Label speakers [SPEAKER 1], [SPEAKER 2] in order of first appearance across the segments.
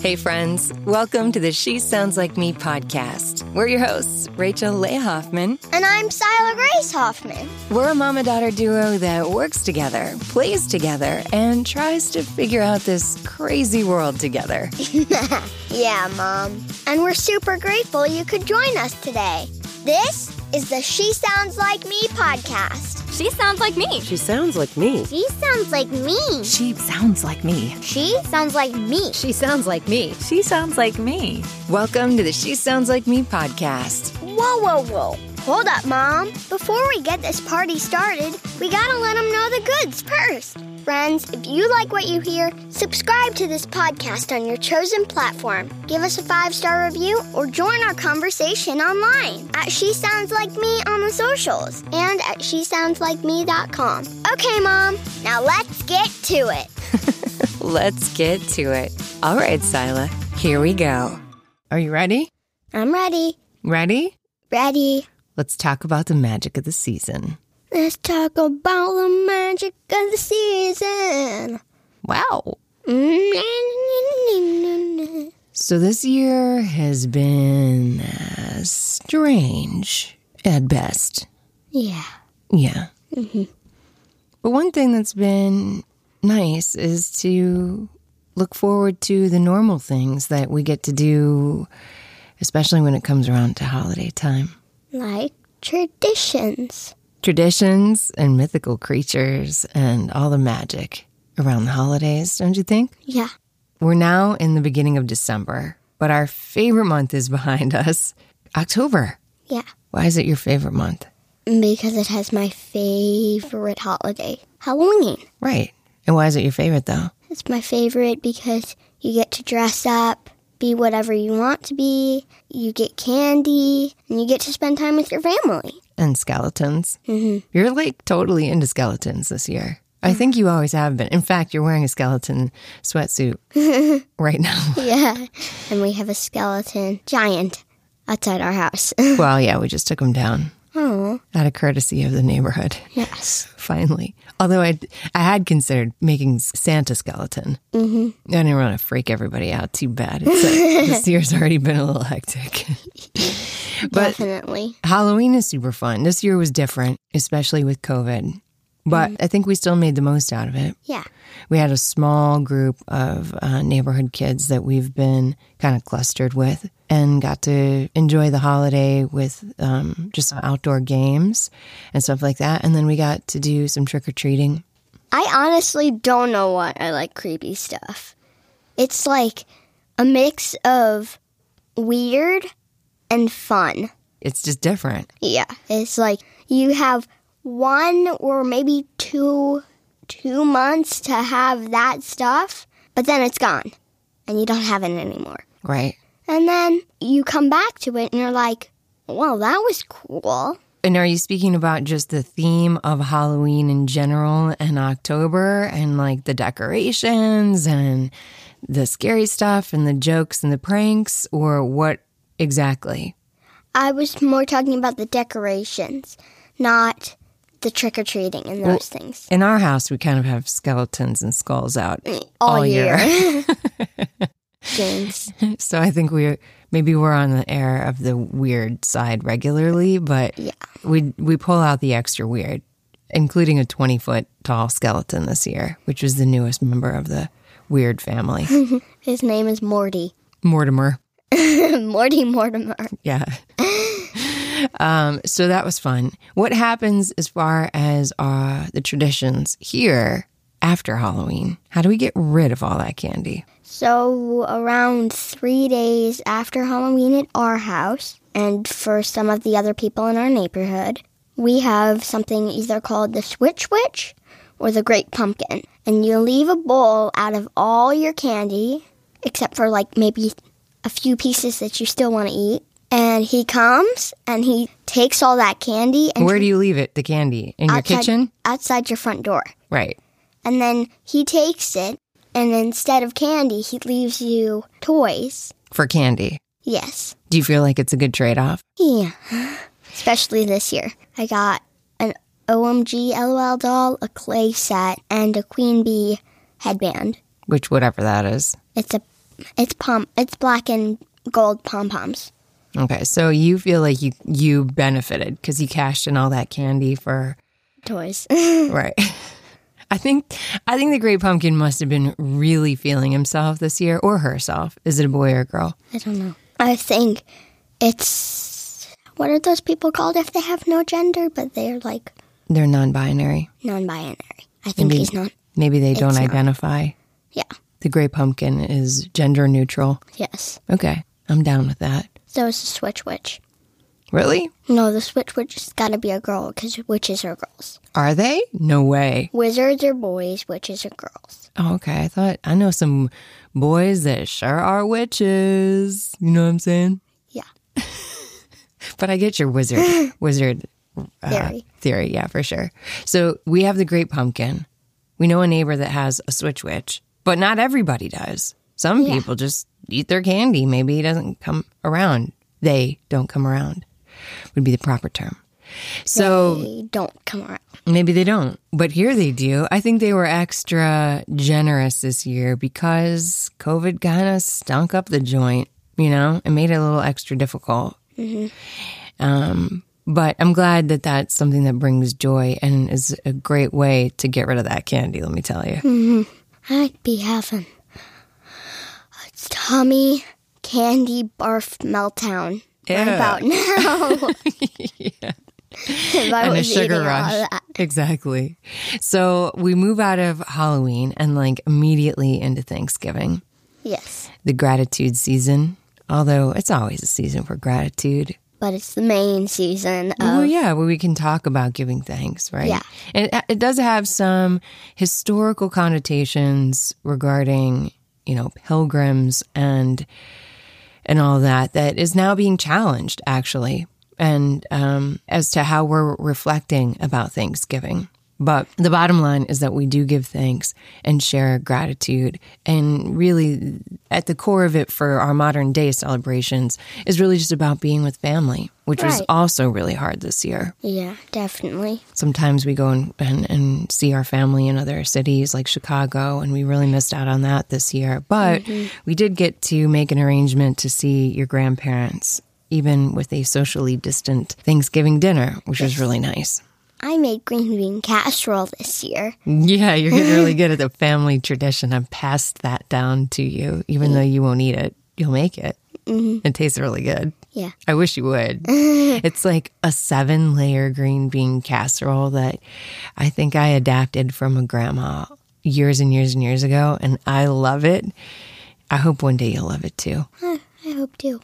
[SPEAKER 1] Hey, friends. Welcome to the She Sounds Like Me podcast. We're your hosts, Rachel Leigh Hoffman.
[SPEAKER 2] And I'm Sila Grace Hoffman.
[SPEAKER 1] We're a mom and daughter duo that works together, plays together, and tries to figure out this crazy world together.
[SPEAKER 2] Yeah, Mom. And we're super grateful you could join us today. This is the She Sounds Like Me podcast.
[SPEAKER 3] She sounds like me.
[SPEAKER 4] She sounds like me.
[SPEAKER 2] She sounds like me.
[SPEAKER 5] She sounds like me.
[SPEAKER 2] She sounds like me.
[SPEAKER 3] She sounds like me.
[SPEAKER 5] She sounds like me.
[SPEAKER 1] Welcome to the She Sounds Like Me podcast.
[SPEAKER 2] Whoa, whoa, whoa. Hold up, Mom. Before we get this party started, we gotta let them know the goods first. Friends, if you like what you hear, subscribe to this podcast on your chosen platform. Give us a five star review or join our conversation online at She Sounds Like Me on the socials and at SheSoundsLikeMe.com. Okay, Mom, now let's get to it.
[SPEAKER 1] Let's get to it. All right, Sila, here we go.
[SPEAKER 5] Are you ready?
[SPEAKER 2] I'm ready.
[SPEAKER 1] Ready?
[SPEAKER 2] Ready.
[SPEAKER 1] Let's talk about the magic of the season.
[SPEAKER 2] Let's talk about the magic of the season.
[SPEAKER 1] Wow.
[SPEAKER 2] Mm-hmm.
[SPEAKER 1] So this year has been uh, strange at best.
[SPEAKER 2] Yeah.
[SPEAKER 1] Yeah. But one thing that's been nice is to look forward to the normal things that we get to do, especially when it comes around to holiday time.
[SPEAKER 2] Like traditions.
[SPEAKER 1] Traditions and mythical creatures and all the magic around the holidays, don't you think?
[SPEAKER 2] Yeah.
[SPEAKER 1] We're now in the beginning of December, but our favorite month is behind us October.
[SPEAKER 2] Yeah.
[SPEAKER 1] Why is it your favorite month?
[SPEAKER 2] Because it has my favorite holiday, Halloween.
[SPEAKER 1] Right. And why is it your favorite, though?
[SPEAKER 2] It's my favorite because you get to dress up, be whatever you want to be, you get candy, and you get to spend time with your family.
[SPEAKER 1] and skeletons. Mm-hmm. You're like totally into skeletons this year. I think you always have been. In fact, you're wearing a skeleton sweatsuit right now.
[SPEAKER 2] Yeah. And we have a skeleton giant outside our house.
[SPEAKER 1] well, yeah, we just took him down
[SPEAKER 2] oh,
[SPEAKER 1] out of courtesy of the neighborhood.
[SPEAKER 2] yes.
[SPEAKER 1] Finally, although I I had considered making Santa skeleton, mm-hmm. I didn't want to freak everybody out too bad. It's like, this year's already been a little hectic. but
[SPEAKER 2] definitely.
[SPEAKER 1] Halloween is super fun. This year was different, especially with COVID. But I think we still made the most out of it.
[SPEAKER 2] Yeah.
[SPEAKER 1] We had a small group of uh, neighborhood kids that we've been kind of clustered with and got to enjoy the holiday with um, just some outdoor games and stuff like that. And then we got to do some trick or treating.
[SPEAKER 2] I honestly don't know why I like creepy stuff. It's like a mix of weird and fun.
[SPEAKER 1] It's just different.
[SPEAKER 2] Yeah. It's like you have one or maybe two two months to have that stuff, but then it's gone and you don't have it anymore.
[SPEAKER 1] Right.
[SPEAKER 2] And then you come back to it and you're like, "Well, that was cool."
[SPEAKER 1] And are you speaking about just the theme of Halloween in general and October and like the decorations and the scary stuff and the jokes and the pranks or what exactly?
[SPEAKER 2] I was more talking about the decorations, not the trick or treating and those things.
[SPEAKER 1] In our house, we kind of have skeletons and skulls out
[SPEAKER 2] Mm,
[SPEAKER 1] oh,
[SPEAKER 2] All, year. Jinx.
[SPEAKER 1] so I think we're maybe we're on the air of the weird side regularly, but
[SPEAKER 2] Yeah.
[SPEAKER 1] we we pull out the extra weird, including a twenty foot tall skeleton this year, which was the newest member of the weird family,
[SPEAKER 2] His name is Morty.
[SPEAKER 1] Mortimer.
[SPEAKER 2] Morty Mortimer.
[SPEAKER 1] Yeah. um, so that was fun. What happens as far as uh, the traditions here after Halloween? How do we get rid of all that candy?
[SPEAKER 2] So, around three days after Halloween at our house, and for some of the other people in our neighborhood, we have something either called the Switch Witch or the Great Pumpkin. And you leave a bowl out of all your candy, except for like maybe a few pieces that you still want to eat. And he comes and he takes all that candy and
[SPEAKER 1] Where do you leave it? The candy in your
[SPEAKER 2] outside-
[SPEAKER 1] kitchen,
[SPEAKER 2] outside your front door.
[SPEAKER 1] right?
[SPEAKER 2] And then he takes it, and instead of candy, he leaves you toys.
[SPEAKER 1] For candy.
[SPEAKER 2] Yes.
[SPEAKER 1] Do you feel like it's a good trade off?
[SPEAKER 2] Yeah. Especially this year. I got an OMG LOL doll, a clay set, and a queen bee headband.
[SPEAKER 1] Which, whatever that is,
[SPEAKER 2] It's a It's pom. It's black and gold pom poms.
[SPEAKER 1] Okay, so you feel like you you benefited because you cashed in all that candy for
[SPEAKER 2] Toys.
[SPEAKER 1] right. I think I think the Great Pumpkin must have been really feeling himself this year or herself. Is it a boy or a girl?
[SPEAKER 2] I don't know. I think it's what are those people called if they have no gender but they're like
[SPEAKER 1] They're non-binary.
[SPEAKER 2] non-binary. I think he's not.
[SPEAKER 1] Maybe they don't
[SPEAKER 2] It's not.
[SPEAKER 1] identify.
[SPEAKER 2] Yeah.
[SPEAKER 1] The Great Pumpkin is gender neutral.
[SPEAKER 2] Yes.
[SPEAKER 1] Okay, I'm down with that.
[SPEAKER 2] So it's a switch witch.
[SPEAKER 1] Really?
[SPEAKER 2] No, the switch witch has got to be a girl because witches are girls.
[SPEAKER 1] Are they? No way.
[SPEAKER 2] Wizards are boys. Witches are girls.
[SPEAKER 1] Oh, okay, I thought I know some boys that sure are witches. You know what I'm saying?
[SPEAKER 2] Yeah.
[SPEAKER 1] But I get your wizard wizard uh,
[SPEAKER 2] Theory.
[SPEAKER 1] theory, yeah, for sure. So we have the great pumpkin. We know a neighbor that has a switch witch, but not everybody does. Some people just eat their candy. Maybe he doesn't come around. They don't come around. Would be the proper term. So
[SPEAKER 2] They don't come around.
[SPEAKER 1] Maybe they don't, but here they do. I think they were extra generous this year because COVID kind of stunk up the joint, you know, and made it a little extra difficult.
[SPEAKER 2] Mm-hmm.
[SPEAKER 1] Um, but I'm glad that that's something that brings joy and is a great way to get rid of that candy, let me tell you.
[SPEAKER 2] Hmm. I'd be having a tummy candy barf meltdown right
[SPEAKER 1] Ew.
[SPEAKER 2] about now. If I
[SPEAKER 1] and a
[SPEAKER 2] was eating
[SPEAKER 1] sugar
[SPEAKER 2] all
[SPEAKER 1] rush.
[SPEAKER 2] of that.
[SPEAKER 1] Exactly. So we move out of Halloween and like immediately into Thanksgiving.
[SPEAKER 2] Yes,
[SPEAKER 1] the gratitude season, although it's always a season for gratitude.
[SPEAKER 2] but it's the main season of
[SPEAKER 1] Oh, yeah, where we can talk about giving thanks, right?
[SPEAKER 2] Yeah.
[SPEAKER 1] And it, it does have some historical connotations regarding, you know, pilgrims and and all that that is now being challenged actually and um, as to how we're reflecting about thanksgiving but the bottom line is that we do give thanks and share gratitude and really at the core of it for our modern day celebrations is really just about being with family which was
[SPEAKER 2] Right.
[SPEAKER 1] also really hard this year
[SPEAKER 2] yeah, definitely.
[SPEAKER 1] sometimes we go and, and, and see our family in other cities like Chicago, and we really missed out on that this year. But we did get to make an arrangement to see your grandparents, even with a socially distant Thanksgiving dinner, which was really nice.
[SPEAKER 2] I made green bean casserole this year.
[SPEAKER 1] Yeah, you're getting really good at the family tradition. I've passed that down to you, even though you won't eat it, you'll make it. It tastes really good.
[SPEAKER 2] Mm-hmm. Yeah,
[SPEAKER 1] I wish you would. it's like a seven layer green bean casserole that I think I adapted from a grandma years and years and years ago, and I love it. I hope one day you'll love it too.
[SPEAKER 2] I hope too.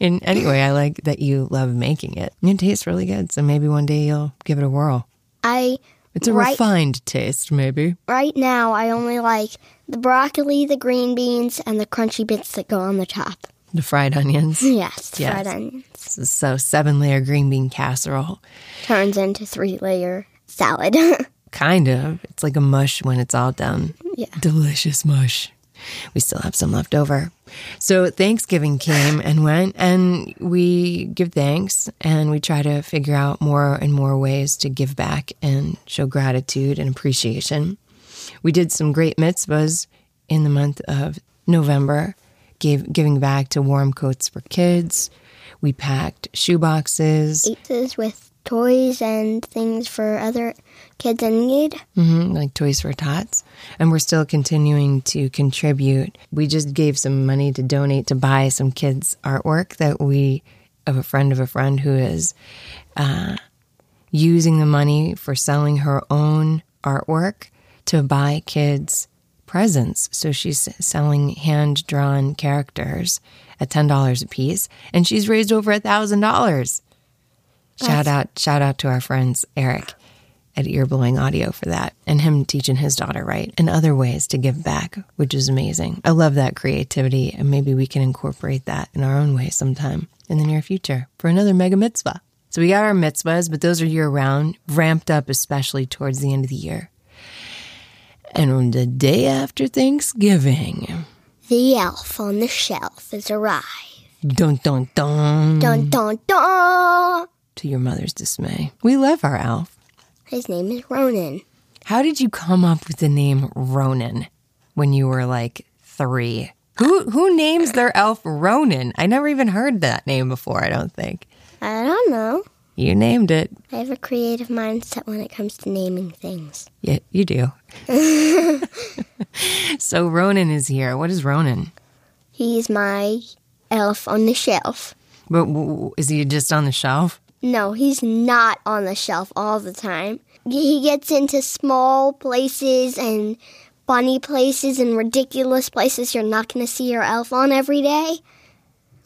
[SPEAKER 1] And anyway, I like that you love making it. It tastes really good, so maybe one day you'll give it a whirl.
[SPEAKER 2] I
[SPEAKER 1] It's a
[SPEAKER 2] right
[SPEAKER 1] refined taste, maybe.
[SPEAKER 2] right now I only like the broccoli, the green beans, and the crunchy bits that go on the top.
[SPEAKER 1] The fried onions.
[SPEAKER 2] Yes, the
[SPEAKER 1] Yes.
[SPEAKER 2] fried onion
[SPEAKER 1] so, seven layer green bean casserole.
[SPEAKER 2] turns into three layer salad.
[SPEAKER 1] Kind of. It's like a mush when it's all done.
[SPEAKER 2] Yeah.
[SPEAKER 1] Delicious mush. We still have some left over. So Thanksgiving came and went, and we give thanks and we try to figure out more and more ways to give back and show gratitude and appreciation. We did some great mitzvahs in the month of November, gave, giving back to warm coats for kids. We packed shoe boxes,
[SPEAKER 2] Pizzas with toys and things for other kids in need.
[SPEAKER 1] hmm like Toys for Tots. And we're still continuing to contribute. We just gave some money to donate to buy some kids' artwork that we, of a friend of a friend who is uh, using the money for selling her own artwork to buy kids presents. So she's selling hand drawn characters at $10 a piece, and she's raised over $1,000. Shout out, shout out to our friends Eric at Earblowing Audio for that, and him teaching his daughter right and other ways to give back, which is amazing. I love that creativity, and maybe we can incorporate that in our own way sometime in the near future for another mega mitzvah. So we got our mitzvahs, but those are year round, ramped up especially towards the end of the year. And on the day after Thanksgiving,
[SPEAKER 2] The elf on the shelf has arrived.
[SPEAKER 1] dun dun dun,
[SPEAKER 2] Dun dun dun!
[SPEAKER 1] to your mother's dismay, we love our elf.
[SPEAKER 2] His name is Ronan.
[SPEAKER 1] How did you come up with the name Ronan when you were like three. Who who names their elf Ronan? I never even heard that name before. I don't think
[SPEAKER 2] I don't know.
[SPEAKER 1] you named it.
[SPEAKER 2] I have a creative mindset when it comes to naming things.
[SPEAKER 1] Yeah, you do. so Ronan is here. What is Ronan?
[SPEAKER 2] He's my elf on the shelf.
[SPEAKER 1] But w- w- is he just on the shelf?
[SPEAKER 2] No, he's not on the shelf all the time. He gets into small places and funny places and ridiculous places you're not going to see your elf on every day.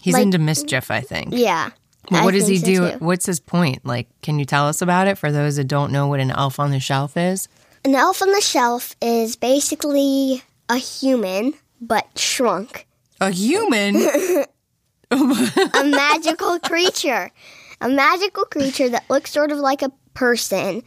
[SPEAKER 1] He's
[SPEAKER 2] Like-
[SPEAKER 1] into mischief, I think.
[SPEAKER 2] Yeah.
[SPEAKER 1] But
[SPEAKER 2] I
[SPEAKER 1] what does he
[SPEAKER 2] think so,
[SPEAKER 1] do?
[SPEAKER 2] too.
[SPEAKER 1] What's his point? Like, can you tell us about it for those that don't know what an elf on the shelf is?
[SPEAKER 2] An elf on the shelf is basically a human, but shrunk.
[SPEAKER 1] A human.
[SPEAKER 2] A magical creature. A magical creature that looks sort of like a person,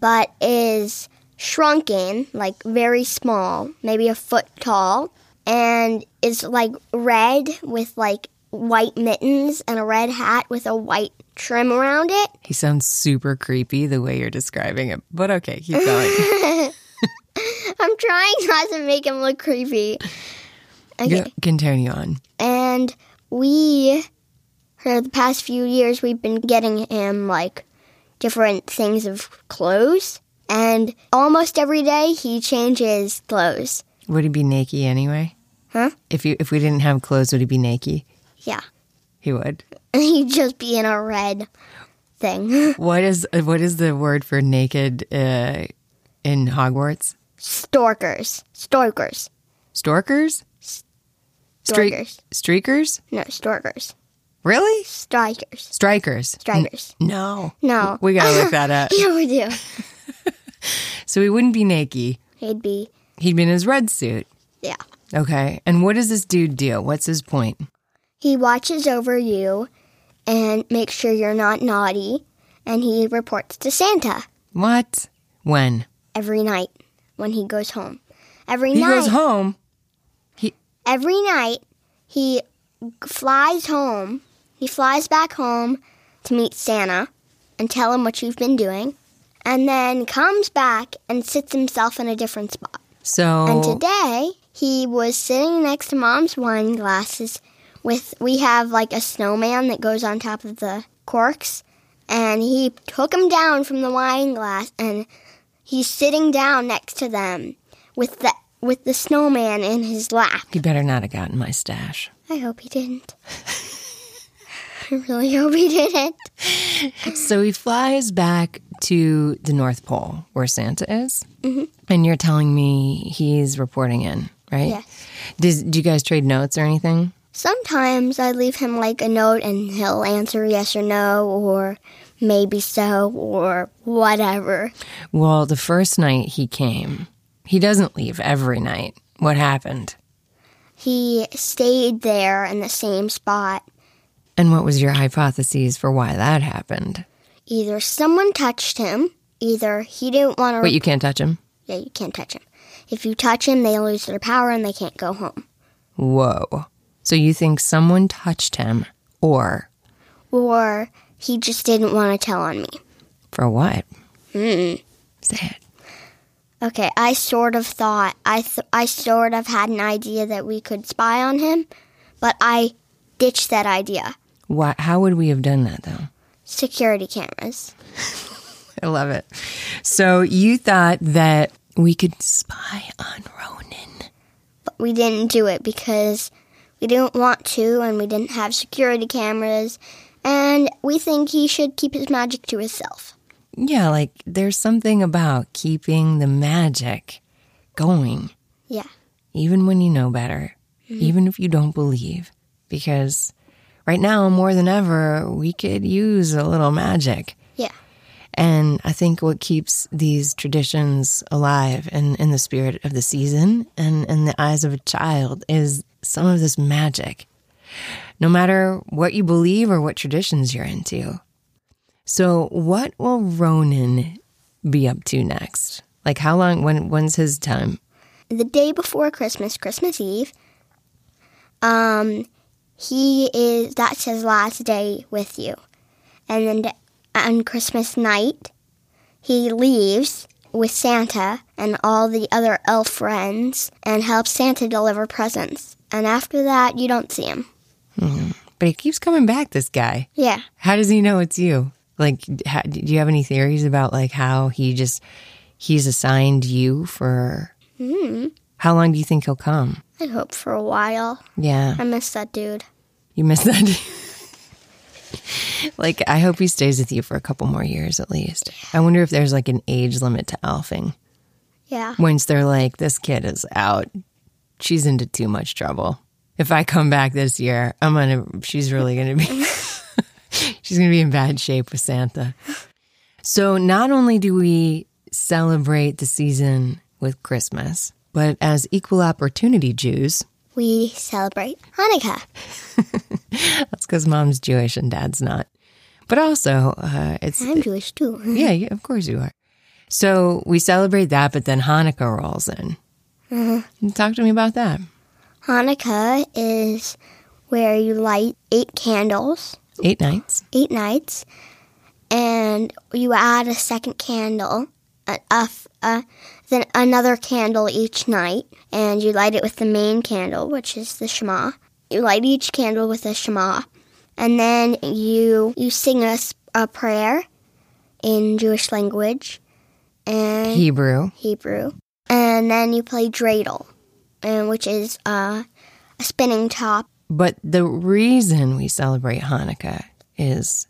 [SPEAKER 2] but is shrunken, like very small, maybe a foot tall, and is like red with like white mittens and a red hat with a white trim around it.
[SPEAKER 1] he sounds super creepy the way you're describing it. But okay, keep going.
[SPEAKER 2] I'm trying not to make him look creepy. Okay.
[SPEAKER 1] Go- Continue on.
[SPEAKER 2] and we for the past few years we've been getting him like different things of clothes and almost every day he changes clothes
[SPEAKER 1] Would he be naked anyway?
[SPEAKER 2] Huh?
[SPEAKER 1] If you if we didn't have clothes, would he be naked?
[SPEAKER 2] yeah
[SPEAKER 1] He would.
[SPEAKER 2] and he'd just be in a red thing
[SPEAKER 1] What is what is the word for naked uh, in Hogwarts?
[SPEAKER 2] storkers storkers
[SPEAKER 1] Storkers? Streak-
[SPEAKER 2] Storkers.
[SPEAKER 1] Streakers?
[SPEAKER 2] no storkers
[SPEAKER 1] Really?
[SPEAKER 2] strikers
[SPEAKER 1] Strikers.
[SPEAKER 2] strikers
[SPEAKER 1] No.
[SPEAKER 2] no
[SPEAKER 1] We gotta look that up.
[SPEAKER 2] yeah we do
[SPEAKER 1] So he wouldn't be naked.
[SPEAKER 2] he'd be
[SPEAKER 1] He'd be in his red suit.
[SPEAKER 2] yeah
[SPEAKER 1] Okay. And what does this dude do? What's his point?
[SPEAKER 2] He watches over you and makes sure you're not naughty, and he reports to Santa
[SPEAKER 1] What? When?
[SPEAKER 2] every night when he goes home. Every
[SPEAKER 1] He
[SPEAKER 2] night,
[SPEAKER 1] goes home.
[SPEAKER 2] every night he g- flies home. He flies back home to meet Santa and tell him what you've been doing, and then comes back and sits himself in a different spot. And
[SPEAKER 1] So
[SPEAKER 2] today he was sitting next to mom's wine glasses with we have like a snowman that goes on top of the corks and he took him down from the wine glass and he's sitting down next to them with the with the snowman in his lap.
[SPEAKER 1] he better not have gotten my stash.
[SPEAKER 2] I hope he didn't. I really hope he didn't.
[SPEAKER 1] So he flies back to the North Pole where Santa is.
[SPEAKER 2] Mm-hmm.
[SPEAKER 1] And you're telling me he's reporting in, right?
[SPEAKER 2] Yes.
[SPEAKER 1] Does, do you guys trade notes or anything?
[SPEAKER 2] Sometimes I leave him like a note and he'll answer yes or no or maybe so or whatever.
[SPEAKER 1] Well, the first night he came, he doesn't leave every night. What happened?
[SPEAKER 2] he stayed there in the same spot.
[SPEAKER 1] And what was your hypotheses for why that happened?
[SPEAKER 2] Either someone touched him, either he didn't want to.
[SPEAKER 1] Wait, you can't touch him?
[SPEAKER 2] yeah, you can't touch him. If you touch him, they lose their power and they can't go home.
[SPEAKER 1] Whoa. So you think someone touched him or
[SPEAKER 2] Or he just didn't want to tell on me.
[SPEAKER 1] for what? Hmm. Say it.
[SPEAKER 2] Okay, I sort of thought I th- I sort of had an idea that we could spy on him, but I ditched that idea.
[SPEAKER 1] Why, how would we have done that though?
[SPEAKER 2] Security cameras.
[SPEAKER 1] I love it. So you thought that we could spy on Ronan.
[SPEAKER 2] but we didn't do it because we didn't want to and we didn't have security cameras and we think he should keep his magic to himself.
[SPEAKER 1] Yeah, like there's something about keeping the magic going,
[SPEAKER 2] Yeah. Mm-hmm.
[SPEAKER 1] even when you know better, even if you don't believe. Because right now, more than ever, we could use a little magic.
[SPEAKER 2] Yeah.
[SPEAKER 1] And I think what keeps these traditions alive and in the spirit of the season and in the eyes of a child is some of this magic, no matter what you believe or what traditions you're into. So, what will Ronan be up to next? Like, how long? When? When's his time?
[SPEAKER 2] The day before Christmas, Christmas Eve, um he is that's his last day with you. And then th- on Christmas night, he leaves with Santa and all the other elf friends and helps Santa deliver presents. And after that, you don't see him.
[SPEAKER 1] But he keeps coming back, this guy.
[SPEAKER 2] Yeah.
[SPEAKER 1] How does he know it's you? Like, how, do you have any theories about like how he just he's assigned you for? How long do you think he'll come?
[SPEAKER 2] I hope for a while.
[SPEAKER 1] Yeah,
[SPEAKER 2] I miss that dude.
[SPEAKER 1] you missed that. like, I hope he stays with you for a couple more years at least. I wonder if there's like an age limit to elfing.
[SPEAKER 2] Yeah.
[SPEAKER 1] Once they're like, this kid is out, she's into too much trouble. If I come back this year, I'm gonna. She's really gonna be. she's gonna be in bad shape with Santa. So not only do we celebrate the season with Christmas, but as equal opportunity Jews,
[SPEAKER 2] We celebrate Hanukkah.
[SPEAKER 1] that's because mom's Jewish and dad's not. But also, uh, it's
[SPEAKER 2] I'm Jewish too.
[SPEAKER 1] yeah, yeah, of course you are. So we celebrate that, but then Hanukkah rolls in. Talk to me about that.
[SPEAKER 2] Hanukkah is where you light eight candles,
[SPEAKER 1] Eight nights.
[SPEAKER 2] eight nights, and you add a second candle, a, a f- a- then another candle each night, and you light it with the main candle, which is the Shema. You light each candle with a Shema, and then you you sing a, s- a prayer in Jewish language, and
[SPEAKER 1] Hebrew.
[SPEAKER 2] Hebrew. And then you play dreidel, and which is uh, a spinning top.
[SPEAKER 1] But the reason we celebrate Hanukkah is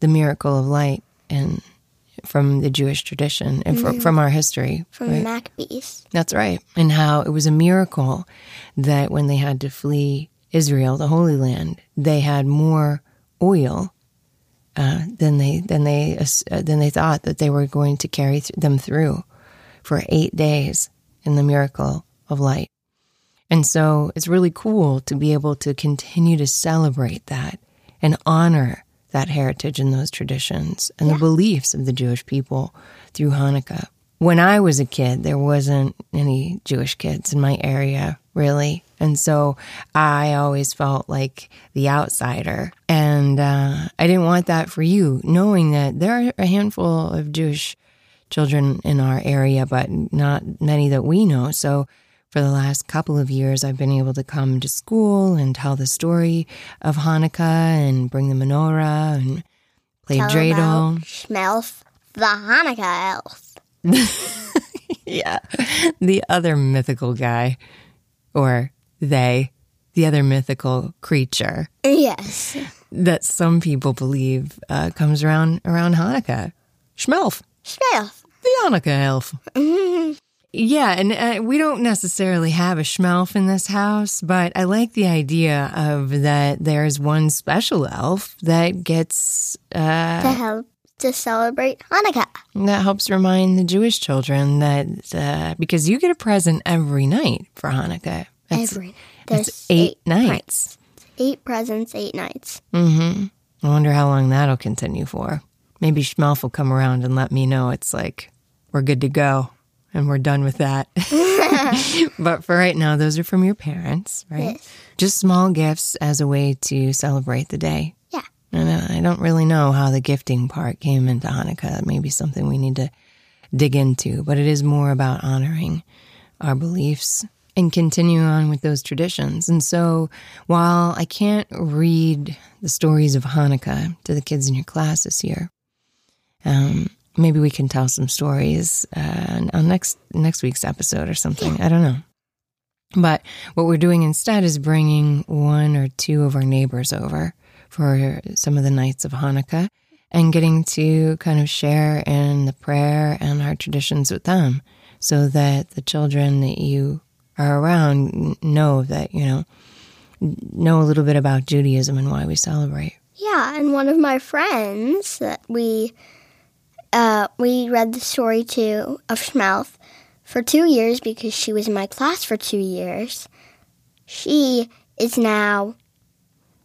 [SPEAKER 1] the miracle of light and from the Jewish tradition and fro- from our history.
[SPEAKER 2] From the Maccabees.
[SPEAKER 1] That's right. And how it was a miracle that when they had to flee Israel, the Holy Land, they had more oil uh, than they than they uh, than they thought that they were going to carry th- them through for eight days in the miracle of light. And so it's really cool to be able to continue to celebrate that and honor that heritage and those traditions and the beliefs of the Jewish people through Hanukkah. When I was a kid, there wasn't any Jewish kids in my area, really. And so I always felt like the outsider. And uh, I didn't want that for you, knowing that there are a handful of Jewish children in our area, but not many that we know. So for the last couple of years, I've been able to come to school and tell the story of Hanukkah and bring the menorah and play
[SPEAKER 2] Tell
[SPEAKER 1] dreidel.
[SPEAKER 2] about Shmelf, the Hanukkah elf.
[SPEAKER 1] Yeah. The other mythical guy, or they, the other mythical creature
[SPEAKER 2] Yes.
[SPEAKER 1] that some people believe uh, comes around around Hanukkah. Schmelf.
[SPEAKER 2] Shmelf.
[SPEAKER 1] the Hanukkah elf. yeah, and uh, we don't necessarily have a schmelf in this house, but I like the idea of that there's one special elf that gets uh,
[SPEAKER 2] To help to celebrate Hanukkah.
[SPEAKER 1] that helps remind the Jewish children that uh, because you get a present every night for Hanukkah. That's
[SPEAKER 2] Every There's
[SPEAKER 1] eight, nights.
[SPEAKER 2] Eight presents, eight nights.
[SPEAKER 1] Mm-hmm. I wonder how long that'll continue for. Maybe Schmelf will come around and let me know it's like, we're good to go and we're done with that. but for right now, those are from your parents, right?
[SPEAKER 2] Yes.
[SPEAKER 1] Just small gifts as a way to celebrate the day.
[SPEAKER 2] Yeah.
[SPEAKER 1] And I I don't really know how the gifting part came into Hanukkah. That may be something we need to dig into, but it is more about honoring our beliefs and continue on with those traditions. And so while I can't read the stories of Hanukkah to the kids in your class this year, um, maybe we can tell some stories uh, on next next week's episode or something. I don't know. But what we're doing instead is bringing one or two of our neighbors over for some of the nights of Hanukkah and getting to kind of share in the prayer and our traditions with them so that the children that you are around n- know that, you know, n- know a little bit about Judaism and why we celebrate.
[SPEAKER 2] Yeah, and one of my friends that we uh, we read the story to of Schmelf for two years because she was in my class for two years. She is now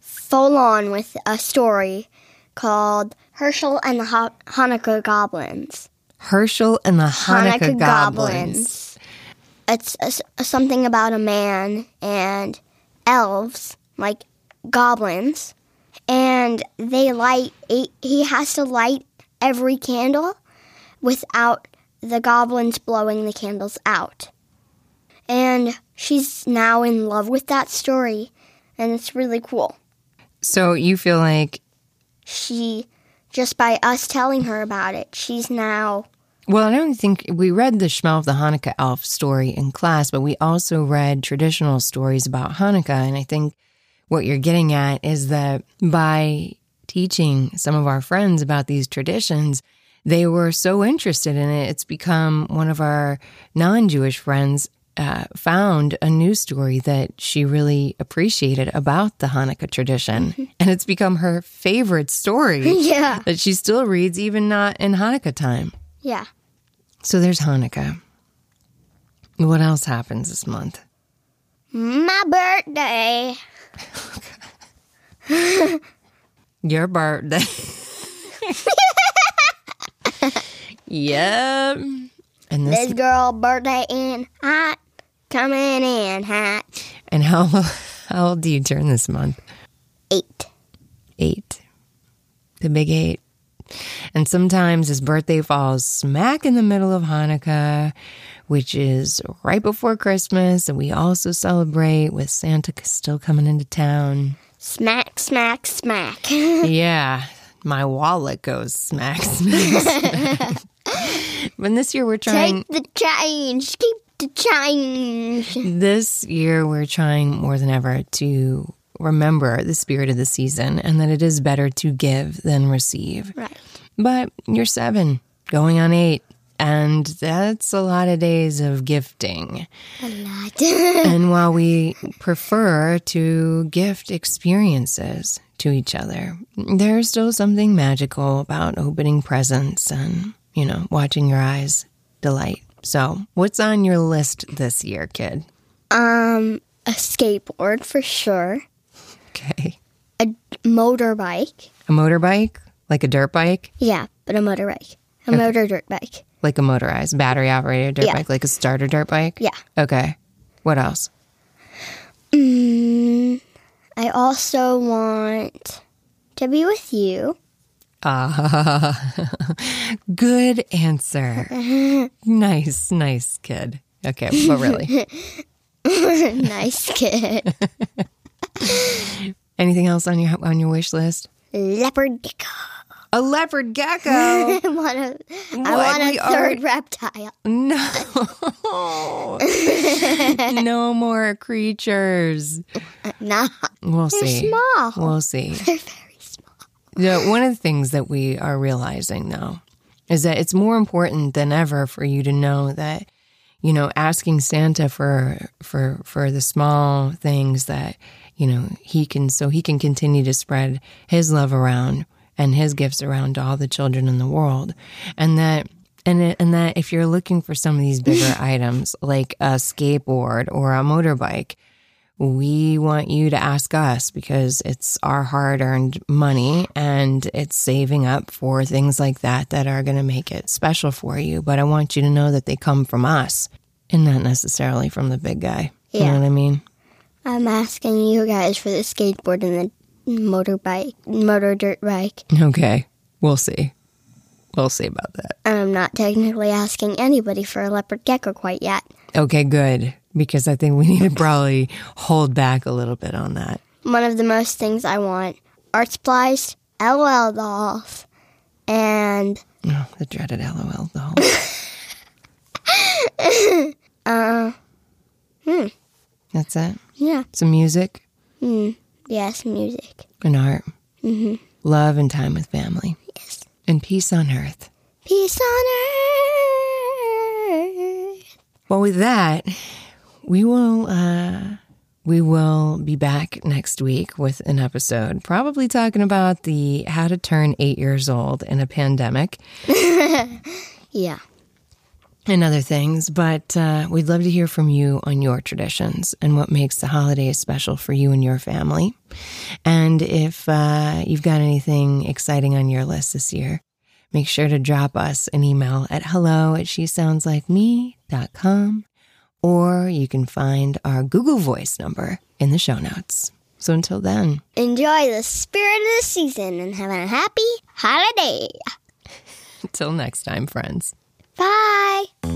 [SPEAKER 2] full on with a story called Herschel and the Ho- Hanukkah Goblins.
[SPEAKER 1] Herschel and the Hanukkah, goblins.
[SPEAKER 2] It's a s something about a man and elves, like goblins, and they light eight. He has to light every candle without the goblins blowing the candles out. And she's now in love with that story, and it's really cool.
[SPEAKER 1] So you feel like,
[SPEAKER 2] She, just by us telling her about it, she's now
[SPEAKER 1] well, I don't think we read the Shmuel of the Hanukkah elf story in class, but we also read traditional stories about Hanukkah. And I think what you're getting at is that by teaching some of our friends about these traditions, they were so interested in it. It's become one of our non Jewish friends uh, found a news story that she really appreciated about the Hanukkah tradition. And it's become her favorite story
[SPEAKER 2] Yeah.
[SPEAKER 1] that she still reads, even not in Hanukkah time.
[SPEAKER 2] Yeah.
[SPEAKER 1] So there's Hanukkah. What else happens this month?
[SPEAKER 2] My birthday.
[SPEAKER 1] Your birthday. yep. And this
[SPEAKER 2] This girl birthday in hot. Coming in hot.
[SPEAKER 1] and how how old do you turn this month?
[SPEAKER 2] Eight.
[SPEAKER 1] Eight. The big eight. And sometimes his birthday falls smack in the middle of Hanukkah, which is right before Christmas, and we also celebrate with Santa still coming into town.
[SPEAKER 2] Smack, smack, smack.
[SPEAKER 1] yeah, my wallet goes smack, smack, smack. When this year we're trying,
[SPEAKER 2] Take the change. Keep the change.
[SPEAKER 1] this year we're trying more than ever to remember the spirit of the season and that it is better to give than receive.
[SPEAKER 2] Right.
[SPEAKER 1] But you're seven, going on eight, and that's a lot of days of gifting.
[SPEAKER 2] A lot.
[SPEAKER 1] and while we prefer to gift experiences to each other, there's still something magical about opening presents and, you know, watching your eyes delight. So, what's on your list this year, kid?
[SPEAKER 2] um, a skateboard for sure.
[SPEAKER 1] Okay.
[SPEAKER 2] A motorbike.
[SPEAKER 1] A motorbike? Like a dirt bike?
[SPEAKER 2] Yeah, but a motorbike. A motor dirt bike.
[SPEAKER 1] Like a motorized, battery operated dirt
[SPEAKER 2] Yeah.
[SPEAKER 1] bike? Like a starter dirt bike?
[SPEAKER 2] Yeah.
[SPEAKER 1] Okay. What else?
[SPEAKER 2] Mm, I also want to be with you.
[SPEAKER 1] Ah, good answer. nice, nice kid. Okay, but really,
[SPEAKER 2] nice kid.
[SPEAKER 1] anything else on your on your wish list?
[SPEAKER 2] Leopard gecko.
[SPEAKER 1] A leopard gecko?
[SPEAKER 2] I want a, I
[SPEAKER 1] What?
[SPEAKER 2] want
[SPEAKER 1] We
[SPEAKER 2] a
[SPEAKER 1] already-
[SPEAKER 2] third reptile.
[SPEAKER 1] No, no more creatures.
[SPEAKER 2] Nah,
[SPEAKER 1] We'll see.
[SPEAKER 2] small.
[SPEAKER 1] We'll see.
[SPEAKER 2] they're very small.
[SPEAKER 1] Yeah, one of the things that we are realizing though is that it's more important than ever for you to know that you know asking Santa for for for the small things that you know he can so he can continue to spread his love around and his gifts around to all the children in the world and that and it, and that if you're looking for some of these bigger items like a skateboard or a motorbike we want you to ask us because it's our hard earned money and it's saving up for things like that that are going to make it special for you. But I want you to know that they come from us and not necessarily from the big guy. You know
[SPEAKER 2] Yeah.
[SPEAKER 1] what I mean?
[SPEAKER 2] I'm asking you guys for the skateboard and the motorbike, motor dirt bike.
[SPEAKER 1] Okay. We'll see. We'll see about that.
[SPEAKER 2] And I'm not technically asking anybody for a leopard gecko quite yet.
[SPEAKER 1] Okay, good. Because I think we need to probably hold back a little bit on that.
[SPEAKER 2] One of the most things I want art supplies, LL dolls, and
[SPEAKER 1] Oh, the dreaded LOL doll. That's it.
[SPEAKER 2] yeah,
[SPEAKER 1] Some music.
[SPEAKER 2] yes, music.
[SPEAKER 1] and art, love and time with family,
[SPEAKER 2] Yes.
[SPEAKER 1] and peace on earth.
[SPEAKER 2] Peace on earth.
[SPEAKER 1] Well, with that, we will uh, we will be back next week with an episode, probably talking about the how to turn eight years old in a pandemic
[SPEAKER 2] Yeah.
[SPEAKER 1] and other things. But uh, we'd love to hear from you on your traditions and what makes the holidays special for you and your family, and if uh, you've got anything exciting on your list this year. make sure to drop us an email at hello at she sounds like me.com or you can find our Google Voice number in the show notes. So until then,
[SPEAKER 2] Enjoy the spirit of the season and have a happy holiday.
[SPEAKER 1] until next time, friends.
[SPEAKER 2] Bye. Bye.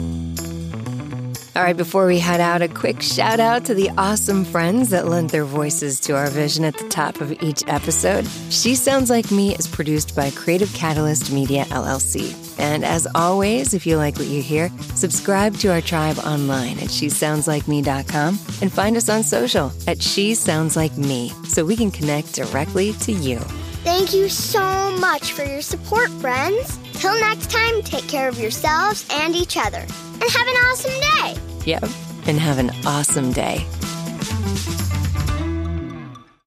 [SPEAKER 1] All right, before we head out, a quick shout out to the awesome friends that lent their voices to our vision at the top of each episode. She Sounds Like Me is produced by Creative Catalyst Media LLC. And as always, if you like what you hear, subscribe to our tribe online at shesoundslikeme.com and find us on social at She Sounds Like Me so we can connect directly to you.
[SPEAKER 2] Thank you so much for your support, friends. Till next time, take care of yourselves and each other. And have an awesome day!
[SPEAKER 1] Yep. And have an awesome day.